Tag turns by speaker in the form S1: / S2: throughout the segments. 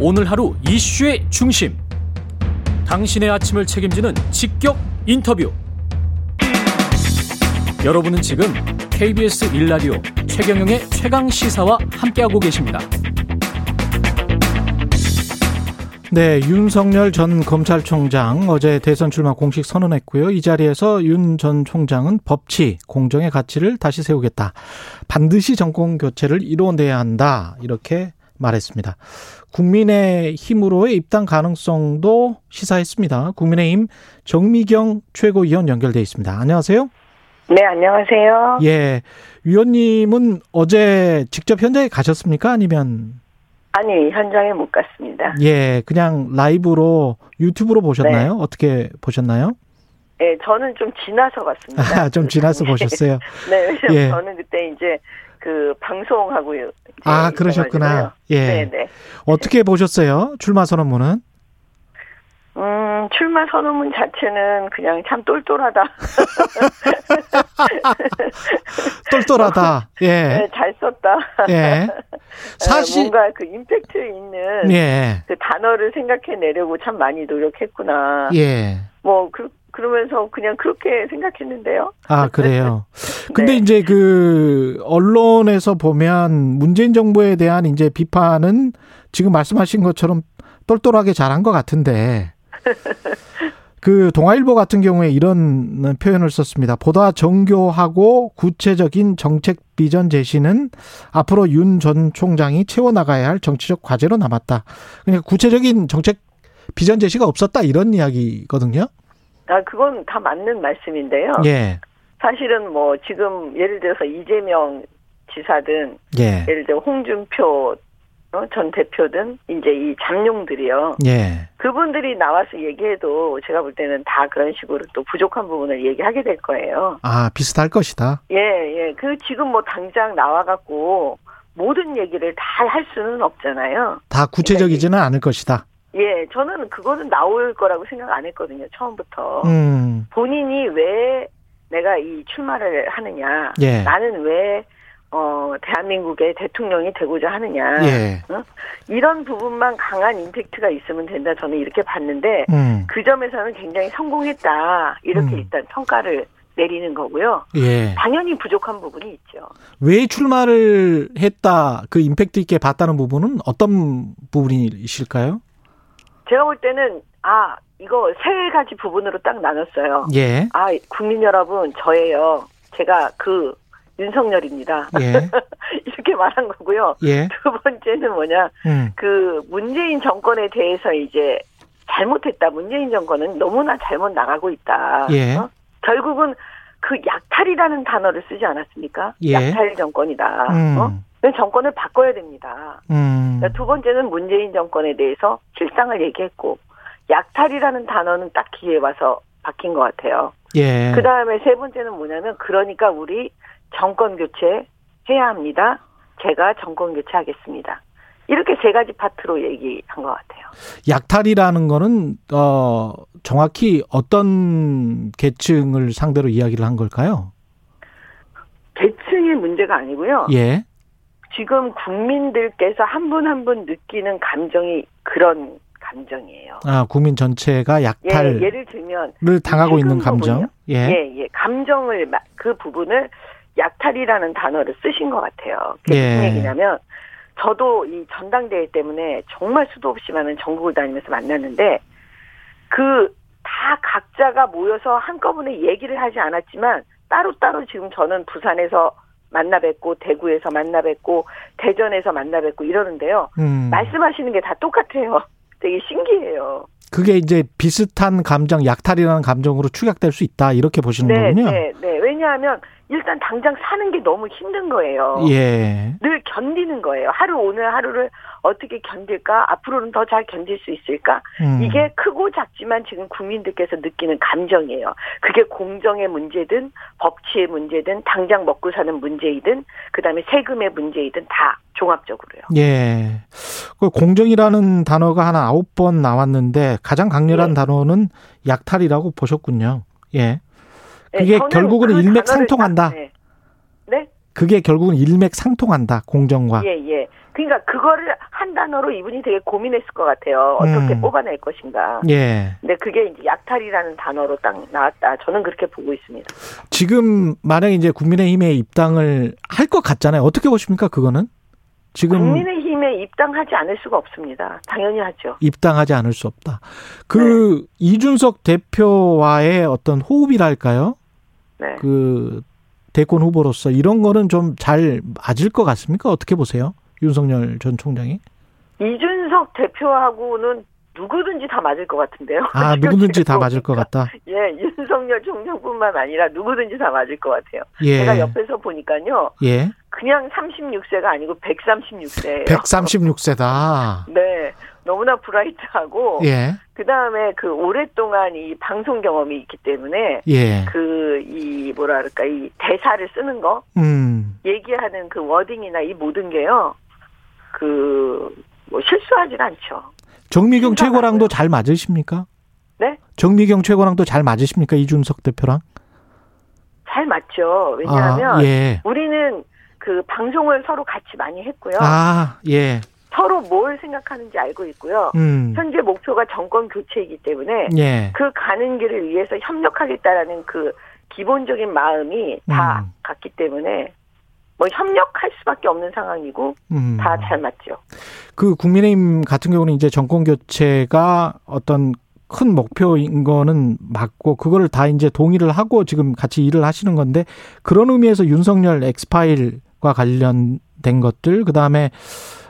S1: 오늘 하루 이슈의 중심. 당신의 아침을 책임지는 직격 인터뷰. 여러분은 지금 KBS 일라디오 최경영의 최강 시사와 함께하고 계십니다.
S2: 네, 윤석열 전 검찰총장 어제 대선 출마 공식 선언했고요. 이 자리에서 윤 전 총장은 법치, 공정의 가치를 다시 세우겠다. 반드시 정권 교체를 이뤄내야 한다. 이렇게 말했습니다. 국민의 힘으로의 입당 가능성도 시사했습니다. 국민의힘 정미경 최고위원 연결돼 있습니다. 안녕하세요.
S3: 네, 안녕하세요.
S2: 예. 위원님은 어제 직접 현장에 가셨습니까? 아니면
S3: 아니, 현장에 못 갔습니다.
S2: 예, 그냥 라이브로 유튜브로 보셨나요?
S3: 네.
S2: 어떻게 보셨나요?
S3: 예, 저는 좀 지나서 갔습니다.
S2: 아, 좀 지나서 보셨어요.
S3: 네, 왜냐면
S2: 예.
S3: 저는 그때 이제 그 방송하고 이제
S2: 아,
S3: 있어가지고요.
S2: 그러셨구나.
S3: 네,
S2: 예.
S3: 네.
S2: 어떻게 보셨어요? 출마 선언문은?
S3: 음, 출마 선언문 자체는 그냥 참 똘똘하다.
S2: 똘똘하다. 예.
S3: 네, 잘 썼다. 아,
S2: 예. 사실
S3: 뭔가 그 임팩트 있는
S2: 예.
S3: 그 단어를 생각해 내려고 참 많이 노력했구나.
S2: 예.
S3: 뭐 그, 그러면서 그냥 그렇게 생각했는데요.
S2: 아, 그래요. 근데
S3: 네.
S2: 이제 그 언론에서 보면 문재인 정부에 대한 이제 비판은 지금 말씀하신 것처럼 똘똘하게 잘한 것 같은데 그 동아일보 같은 경우에 이런 표현을 썼습니다. 보다 정교하고 구체적인 정책 비전 제시는 앞으로 윤 전 총장이 채워나가야 할 정치적 과제로 남았다. 그러니까 구체적인 정책 비전 제시가 없었다 이런 이야기거든요.
S3: 아, 그건 다 맞는 말씀인데요.
S2: 예,
S3: 사실은 뭐 지금 예를 들어서 이재명 지사든
S2: 예,
S3: 예를 들어 홍준표 어, 전 대표든 이제 이 잠룡들이요.
S2: 예,
S3: 그분들이 나와서 얘기해도 제가 볼 때는 다 그런 식으로 또 부족한 부분을 얘기하게 될 거예요.
S2: 아 비슷할 것이다.
S3: 예, 예. 그 지금 뭐 당장 나와갖고 모든 얘기를 다 할 수는 없잖아요.
S2: 다 구체적이지는 않을 것이다.
S3: 예, 저는 그거는 나올 거라고 생각 안 했거든요. 처음부터.
S2: 음,
S3: 본인이 왜 내가 이 출마를 하느냐.
S2: 예.
S3: 나는 왜, 어, 대한민국의 대통령이 되고자 하느냐.
S2: 예,
S3: 이런 부분만 강한 임팩트가 있으면 된다. 저는 이렇게 봤는데,
S2: 음,
S3: 그 점에서는 굉장히 성공했다. 이렇게
S2: 음.
S3: 일단 평가를 내리는 거고요.
S2: 예.
S3: 당연히 부족한 부분이 있죠.
S2: 왜 출마를 했다, 그 임팩트 있게 봤다는 부분은 어떤 부분이실까요?
S3: 제가 볼 때는, 아, 이거 세 가지 부분으로 딱 나눴어요.
S2: 예,
S3: 아, 국민 여러분, 저예요. 제가 그, 윤석열입니다.
S2: 예,
S3: 이렇게 말한 거고요.
S2: 예,
S3: 두 번째는 뭐냐.
S2: 음,
S3: 그 문재인 정권에 대해서 이제 잘못했다. 문재인 정권은 너무나 잘못 나가고 있다.
S2: 예.
S3: 어? 결국은 그 약탈이라는 단어를 쓰지 않았습니까?
S2: 예.
S3: 약탈 정권이다. 어?
S2: 음,
S3: 그래서 정권을 바꿔야 됩니다.
S2: 음,
S3: 그러니까 두 번째는 문재인 정권에 대해서 실상을 얘기했고 약탈이라는 단어는 딱 기회에 와서 바뀐 것 같아요.
S2: 예,
S3: 그 다음에 세 번째는 뭐냐면 그러니까 우리 정권 교체 해야 합니다. 제가 정권 교체하겠습니다. 이렇게 세 가지 파트로 얘기한 것 같아요.
S2: 약탈이라는 거는, 어, 정확히 어떤 계층을 상대로 이야기를 한 걸까요?
S3: 계층의 문제가 아니고요.
S2: 예,
S3: 지금 국민들께서 한 분 한 분 느끼는 감정이 그런 감정이에요.
S2: 아, 국민 전체가
S3: 예,
S2: 약탈을
S3: 예를 들면
S2: 당하고 있는
S3: 최근
S2: 감정. 예,
S3: 예, 예. 감정을, 마- 그 부분을 약탈이라는 단어를 쓰신 것 같아요. 그게
S2: 예.
S3: 무슨 얘기냐면, 저도 이 전당대회 때문에 정말 수도 없이 많은 전국을 다니면서 만났는데, 그, 다 각자가 모여서 한꺼번에 얘기를 하지 않았지만, 따로따로 지금 저는 부산에서 만나 뵙고, 대구에서 만나 뵙고, 대전에서 만나 뵙고 이러는데요.
S2: 음.
S3: 말씀하시는 게 다 똑같아요. 되게 신기해요.
S2: 그게 이제 비슷한 감정, 약탈이라는 감정으로 축약될 수 있다 이렇게 보시는
S3: 네,
S2: 거군요.
S3: 네, 네. 왜냐하면 일단 당장 사는 게 너무 힘든 거예요.
S2: 예,
S3: 늘 견디는 거예요. 하루 오늘 하루를 어떻게 견딜까? 앞으로는 더 잘 견딜 수 있을까?
S2: 음,
S3: 이게 크고 작지만 지금 국민들께서 느끼는 감정이에요. 그게 공정의 문제든 법치의 문제든 당장 먹고 사는 문제이든 그다음에 세금의 문제이든 다 종합적으로요.
S2: 예. 그 공정이라는 단어가 한 아홉 번 나왔는데 가장 강렬한
S3: 예.
S2: 단어는 약탈이라고 보셨군요. 예, 그게
S3: 저는
S2: 결국은
S3: 그 단어를
S2: 일맥상통한다.
S3: 딱, 네. 네?
S2: 그게 결국은 일맥상통한다 공정과
S3: 예, 예. 그러니까 그거를 한 단어로 이분이 되게 고민했을 것 같아요. 어떻게
S2: 음.
S3: 뽑아낼 것인가.
S2: 예
S3: 근데 그게 이제 약탈이라는 단어로 딱 나왔다. 저는 그렇게 보고 있습니다.
S2: 지금 만약 이제 국민의힘에 입당을 할 것 같잖아요 어떻게 보십니까 그거는 지금
S3: 국민의힘에 입당하지 않을 수가 없습니다. 당연히 하죠.
S2: 입당하지 않을 수 없다
S3: 네.
S2: 그 이준석 대표와의 어떤 호흡이랄까요
S3: 네.
S2: 그 대권 후보로서 이런 거는 좀 잘 맞을 것 같습니까 어떻게 보세요 윤석열 전 총장이
S3: 이준석 대표하고는 누구든지 다 맞을 것 같은데요.
S2: 아
S3: 그러니까 지금
S2: 누구든지
S3: 제가
S2: 다 맞을 것
S3: 보니까.
S2: 같다
S3: 예, 윤석열 총장뿐만 아니라 누구든지 다 맞을 것 같아요. 제가 옆에서 보니까요.
S2: 예.
S3: 그냥 36세가 아니고 136세예요.
S2: 136세다.
S3: 네. 너무나 브라이트하고
S2: 예,
S3: 그다음에 그 오랫동안 이 방송 경험이 있기 때문에
S2: 예.
S3: 그 이 뭐랄까 이 대사를 쓰는 거
S2: 음,
S3: 얘기하는 그 워딩이나 이 모든 게요. 그 뭐 실수하진 않죠.
S2: 정미경
S3: 신선하고요.
S2: 최고랑도 잘 맞으십니까?
S3: 네?
S2: 정미경 최고랑도 잘 맞으십니까? 이준석 대표랑?
S3: 잘 맞죠. 왜냐하면
S2: 아, 예.
S3: 우리는 그 방송을 서로 같이 많이 했고요.
S2: 아, 예.
S3: 서로 뭘 생각하는지 알고 있고요.
S2: 음.
S3: 현재 목표가 정권 교체이기 때문에
S2: 예.
S3: 그 가는 길을 위해서 협력하겠다라는 그 기본적인 마음이 다
S2: 음.
S3: 같기 때문에 뭐 협력할 수밖에 없는 상황이고
S2: 음.
S3: 다 잘 맞죠.
S2: 그 국민의힘 같은 경우는 이제 정권 교체가 어떤 큰 목표인 거는 맞고 그거를 다 이제 동의를 하고 지금 같이 일을 하시는 건데 그런 의미에서 윤석열 엑스파일과 관련된 것들 그다음에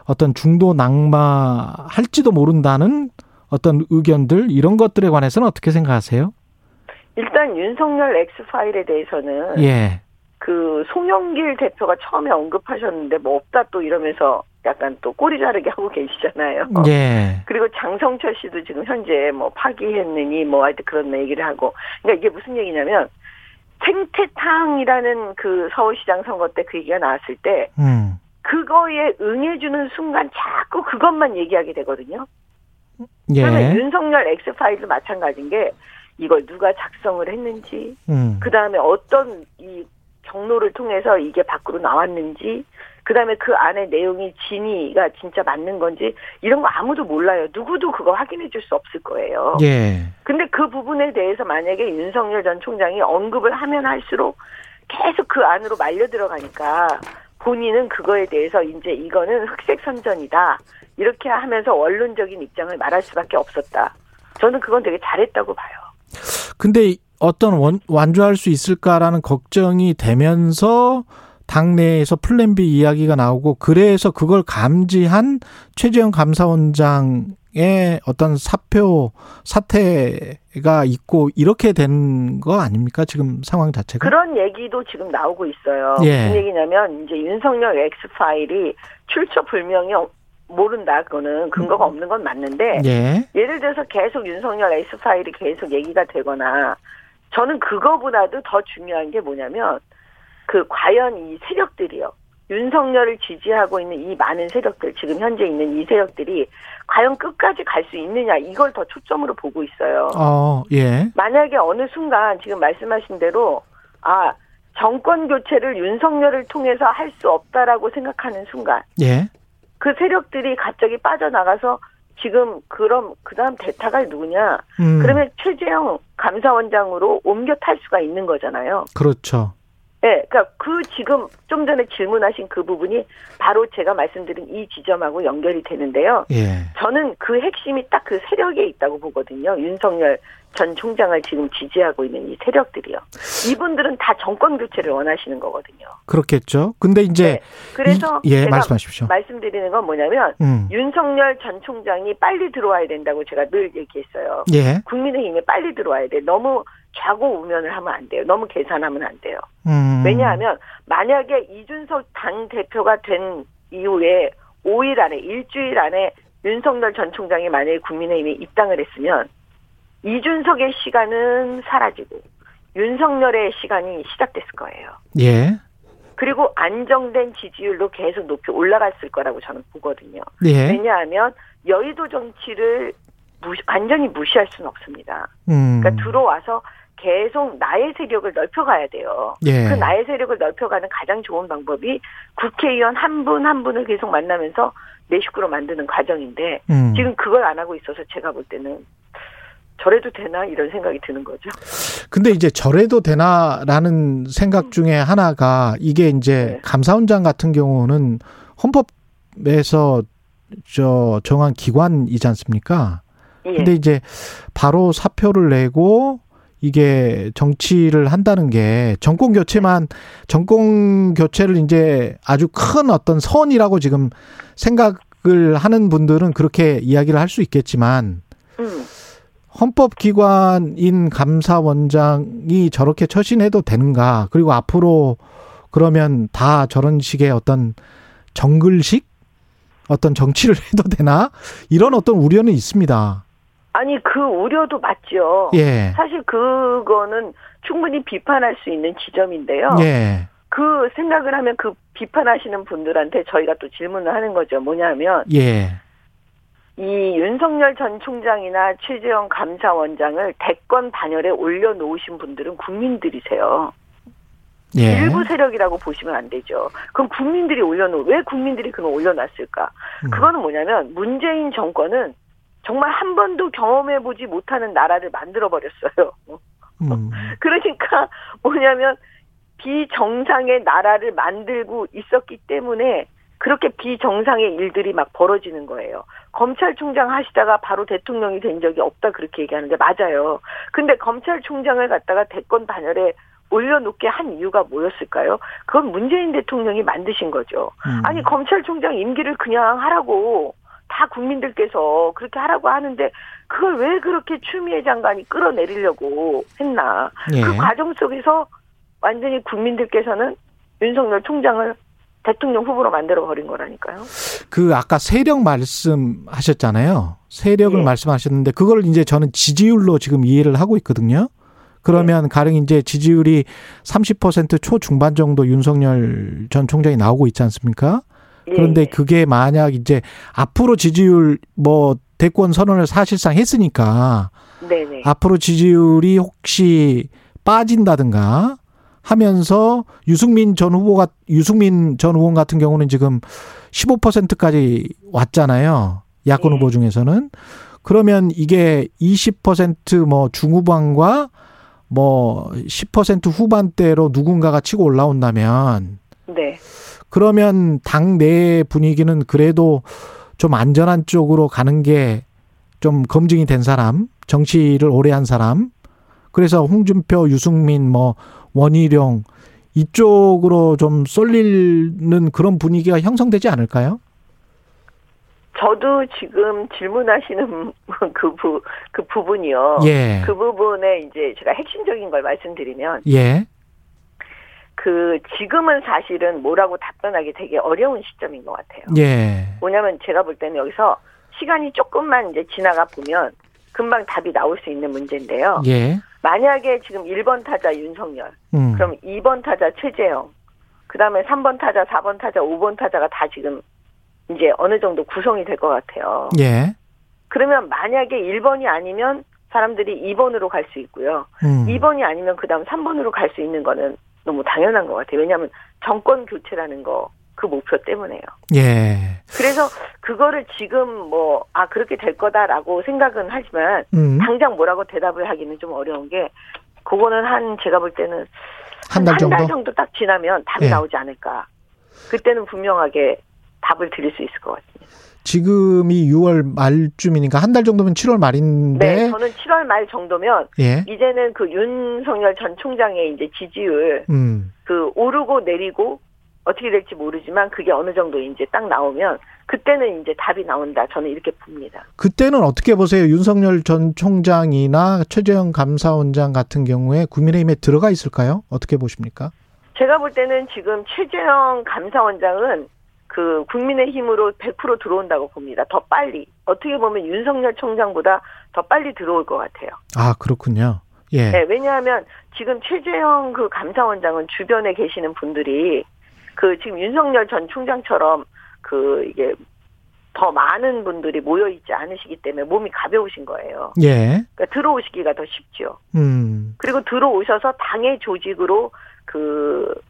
S2: 어떤 중도 낙마 할지도 모른다는 어떤 의견들 이런 것들에 관해서는 어떻게 생각하세요?
S3: 일단 윤석열 X 파일에 대해서는
S2: 예.
S3: 그 송영길 대표가 처음에 언급하셨는데 뭐 없다 또 이러면서 약간 또 꼬리 자르게 하고 계시잖아요.
S2: 예.
S3: 그리고 장성철 씨도 지금 현재 뭐 파기했느니 뭐 하여튼 그런 얘기를 하고 그러니까 이게 무슨 얘기냐면 생태탕이라는 그 서울시장 선거 때 그 얘기가 나왔을 때
S2: 음.
S3: 그거에 응해주는 순간 자꾸 그것만 얘기하게 되거든요. 그러면
S2: 예.
S3: 윤석열 X파일도 마찬가지인 게 이걸 누가 작성을 했는지
S2: 음.
S3: 그 다음에 어떤 이 경로를 통해서 이게 밖으로 나왔는지, 그 다음에 그 안에 내용이 진위가 진짜 맞는 건지, 이런 거 아무도 몰라요. 누구도 그거 확인해 줄 수 없을 거예요.
S2: 예.
S3: 근데 그 부분에 대해서 만약에 윤석열 전 총장이 언급을 하면 할수록 계속 그 안으로 말려 들어가니까 본인은 그거에 대해서 이제 이거는 흑색 선전이다. 이렇게 하면서 원론적인 입장을 말할 수밖에 없었다. 저는 그건 되게 잘했다고 봐요.
S2: 근데 어떤 원, 완주할 수 있을까라는 걱정이 되면서 당내에서 플랜 B 이야기가 나오고 그래서 그걸 감지한 최재형 감사원장의 어떤 사표 사태가 있고 이렇게 된 거 아닙니까 지금 상황 자체가?
S3: 그런 얘기도 지금 나오고 있어요.
S2: 음? 예.
S3: 무슨 얘기냐면 이제 윤석열 X 파일이 출처 불명이 어- 모른다. 그거는 근거가 없는 건 맞는데
S2: 음. 예,
S3: 예를 들어서 계속 윤석열 X 파일이 계속 얘기가 되거나 저는 그거보다도 더 중요한 게 뭐냐면 그 과연 이 세력들이요. 윤석열을 지지하고 있는 이 많은 세력들, 지금 현재 있는 이 세력들이 과연 끝까지 갈 수 있느냐, 이걸 더 초점으로 보고 있어요.
S2: 어, 예,
S3: 만약에 어느 순간 지금 말씀하신 대로 아 정권 교체를 윤석열을 통해서 할 수 없다라고 생각하는 순간
S2: 예,
S3: 그 세력들이 갑자기 빠져나가서 지금 그럼 그다음 대타가 누구냐
S2: 음,
S3: 그러면 최재형 감사원장으로 옮겨 탈 수가 있는 거잖아요.
S2: 그렇죠.
S3: 예, 그러니까 그 지금 좀 전에 질문하신 그 부분이 바로 제가 말씀드린 이 지점하고 연결이 되는데요.
S2: 예,
S3: 저는 그 핵심이 딱 그 세력에 있다고 보거든요. 윤석열 전 총장을 지금 지지하고 있는 이 세력들이요. 이분들은 다 정권 교체를 원하시는 거거든요.
S2: 그렇겠죠. 근데 이제
S3: 네, 그래서
S2: 이- 예
S3: 제가
S2: 말씀하십시오.
S3: 드리는건 뭐냐면
S2: 음,
S3: 윤석열 전 총장이 빨리 들어와야 된다고 제가 늘 얘기했어요.
S2: 예,
S3: 국민의힘에 빨리 들어와야 돼. 너무 좌고 우면을 하면 안 돼요. 너무 계산하면 안 돼요.
S2: 음,
S3: 왜냐하면 만약에 이준석 당 대표가 된 이후에 5일 안에 일주일 안에 윤석열 전 총장이 만약에 국민의힘에 입당을 했으면 이준석의 시간은 사라지고 윤석열의 시간이 시작됐을 거예요.
S2: 예,
S3: 그리고 안정된 지지율로 계속 높이 올라갔을 거라고 저는 보거든요.
S2: 예,
S3: 왜냐하면 여의도 정치를 무시- 완전히 무시할 수는 없습니다.
S2: 음,
S3: 그러니까 들어와서 계속 나의 세력을 넓혀가야 돼요.
S2: 예.
S3: 그 나의 세력을 넓혀가는 가장 좋은 방법이 국회의원 한 분 한 분을 계속 만나면서 내 식구로 만드는 과정인데
S2: 음.
S3: 지금 그걸 안 하고 있어서 제가 볼 때는 저래도 되나 이런 생각이 드는 거죠.
S2: 근데 이제 저래도 되나라는 생각 중에 하나가 이게 이제
S3: 음. 네.
S2: 감사원장 같은 경우는 헌법에서 저 정한 기관이지 않습니까?
S3: 예.
S2: 근데 이제 바로 사표를 내고 이게 정치를 한다는 게 정권 교체만
S3: 네.
S2: 정권 교체를 이제 아주 큰 어떤 선이라고 지금 생각을 하는 분들은 그렇게 이야기를 할 수 있겠지만
S3: 음.
S2: 헌법기관인 감사원장이 저렇게 처신해도 되는가? 그리고 앞으로 그러면 다 저런 식의 어떤 정글식 어떤 정치를 해도 되나? 이런 어떤 우려는 있습니다.
S3: 아니 그 우려도 맞죠.
S2: 예.
S3: 사실 그거는 충분히 비판할 수 있는 지점인데요.
S2: 예.
S3: 그 생각을 하면 그 비판하시는 분들한테 저희가 또 질문을 하는 거죠. 뭐냐면
S2: 예.
S3: 이 윤석열 전 총장이나 최재형 감사원장을 대권 반열에 올려놓으신 분들은 국민들이세요.
S2: 예.
S3: 일부 세력이라고 보시면 안 되죠. 그럼 국민들이 올려놓, 왜 국민들이 그걸 올려놨을까?
S2: 음.
S3: 그거는 뭐냐면 문재인 정권은 정말 한 번도 경험해보지 못하는 나라를 만들어버렸어요.
S2: 음.
S3: 그러니까 뭐냐면 비정상의 나라를 만들고 있었기 때문에 그렇게 비정상의 일들이 막 벌어지는 거예요. 검찰총장 하시다가 바로 대통령이 된 적이 없다 그렇게 얘기하는데 맞아요. 근데 검찰총장을 갖다가 대권 반열에 올려놓게 한 이유가 뭐였을까요? 그건 문재인 대통령이 만드신 거죠.
S2: 음.
S3: 아니 검찰총장 임기를 그냥 하라고 다 국민들께서 그렇게 하라고 하는데 그걸 왜 그렇게 추미애 장관이 끌어내리려고 했나
S2: 예.
S3: 그 과정 속에서 완전히 국민들께서는 윤석열 총장을 대통령 후보로 만들어 버린 거라니까요.
S2: 그 아까 세력 말씀하셨잖아요. 세력을
S3: 예.
S2: 말씀하셨는데 그걸 이제 저는 지지율로 지금 이해를 하고 있거든요. 그러면 가령 이제 지지율이 30% 초중반 정도 윤석열 전 총장이 나오고 있지 않습니까?
S3: 예.
S2: 그런데 그게 만약 이제 앞으로 지지율 뭐 대권 선언을 사실상 했으니까
S3: 네네.
S2: 앞으로 지지율이 혹시 빠진다든가 하면서 유승민 전 후보가 유승민 전 의원 같은 경우는 지금 15%까지 왔잖아요. 야권
S3: 네.
S2: 후보 중에서는 그러면 이게 20%뭐 중후반과 뭐 10% 후반대로 누군가가 치고 올라온다면
S3: 네.
S2: 그러면 당내 분위기는 그래도 좀 안전한 쪽으로 가는 게 좀 검증이 된 사람, 정치를 오래 한 사람, 그래서 홍준표, 유승민, 뭐 원희룡 이쪽으로 좀 쏠리는 그런 분위기가 형성되지 않을까요?
S3: 저도 지금 질문하시는 그 부, 그 부분이요.
S2: 예,
S3: 그 부분에 이제 제가 핵심적인 걸 말씀드리면
S2: 예,
S3: 그 지금은 사실은 뭐라고 답변하기 되게 어려운 시점인 것 같아요.
S2: 예,
S3: 뭐냐면 제가 볼 때는 여기서 시간이 조금만 이제 지나가 보면 금방 답이 나올 수 있는 문제인데요.
S2: 예,
S3: 만약에 지금 1번 타자 윤석열,
S2: 음,
S3: 그럼 2번 타자 최재형, 그 다음에 3번 타자, 4번 타자, 5번 타자가 다 지금 이제 어느 정도 구성이 될 것 같아요.
S2: 예,
S3: 그러면 만약에 1번이 아니면 사람들이 2번으로 갈 수 있고요.
S2: 음,
S3: 2번이 아니면 그 다음 3번으로 갈 수 있는 거는 너무 당연한 것 같아요. 왜냐하면 정권 교체라는 거, 그 목표 때문에요.
S2: 예,
S3: 그래서 그거를 지금 뭐, 아, 그렇게 될 거다라고 생각은 하지만,
S2: 음,
S3: 당장 뭐라고 대답을 하기는 좀 어려운 게, 그거는 한, 제가 볼 때는,
S2: 한 달
S3: 한 달
S2: 정도,
S3: 정도 딱 지나면 답이
S2: 예.
S3: 나오지 않을까. 그때는 분명하게 답을 드릴 수 있을 것 같습니다.
S2: 지금이 6월 말쯤이니까 한 달 정도면 7월
S3: 네,
S2: 말인데,
S3: 저는 7월 말 정도면,
S2: 예,
S3: 이제는 그 윤석열 전 총장의 이제 지지율,
S2: 음,
S3: 그 오르고 내리고, 어떻게 될지 모르지만 그게 어느 정도 이제 딱 나오면 그때는 이제 답이 나온다. 저는 이렇게 봅니다.
S2: 그때는 어떻게 보세요? 윤석열 전 총장이나 최재형 감사원장 같은 경우에 국민의힘에 들어가 있을까요? 어떻게 보십니까?
S3: 제가 볼 때는 지금 최재형 감사원장은 그 국민의힘으로 100% 들어온다고 봅니다. 더 빨리 어떻게 보면 윤석열 총장보다 더 빨리 들어올 것 같아요.
S2: 아 그렇군요. 예,
S3: 네, 왜냐하면 지금 최재형 그 감사원장은 주변에 계시는 분들이 그 지금 윤석열 전 총장처럼 그 이게 더 많은 분들이 모여 있지 않으시기 때문에 몸이 가벼우신 거예요.
S2: 예.
S3: 그러니까 들어오시기가 더 쉽죠.
S2: 음.
S3: 그리고 들어오셔서 당의 조직으로 그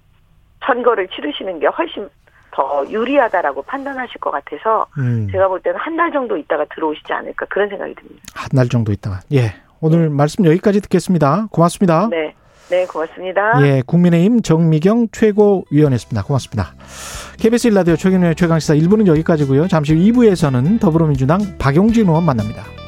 S3: 선거를 치르시는 게 훨씬 더 유리하다라고 판단하실 것 같아서
S2: 음.
S3: 제가 볼 때는 한 달 정도 있다가 들어오시지 않을까 그런 생각이 듭니다.
S2: 한 날 정도 있다가. 예. 오늘 말씀 여기까지 듣겠습니다. 고맙습니다.
S3: 네. 네, 고맙습니다.
S2: 어? 예, 국민의힘 정미경 최고위원했습니다. 고맙습니다. KBS 1라디오 최경영의 최강시사 1부는 여기까지고요. 잠시 후 2부에서는 더불어민주당 박용진 의원 만납니다.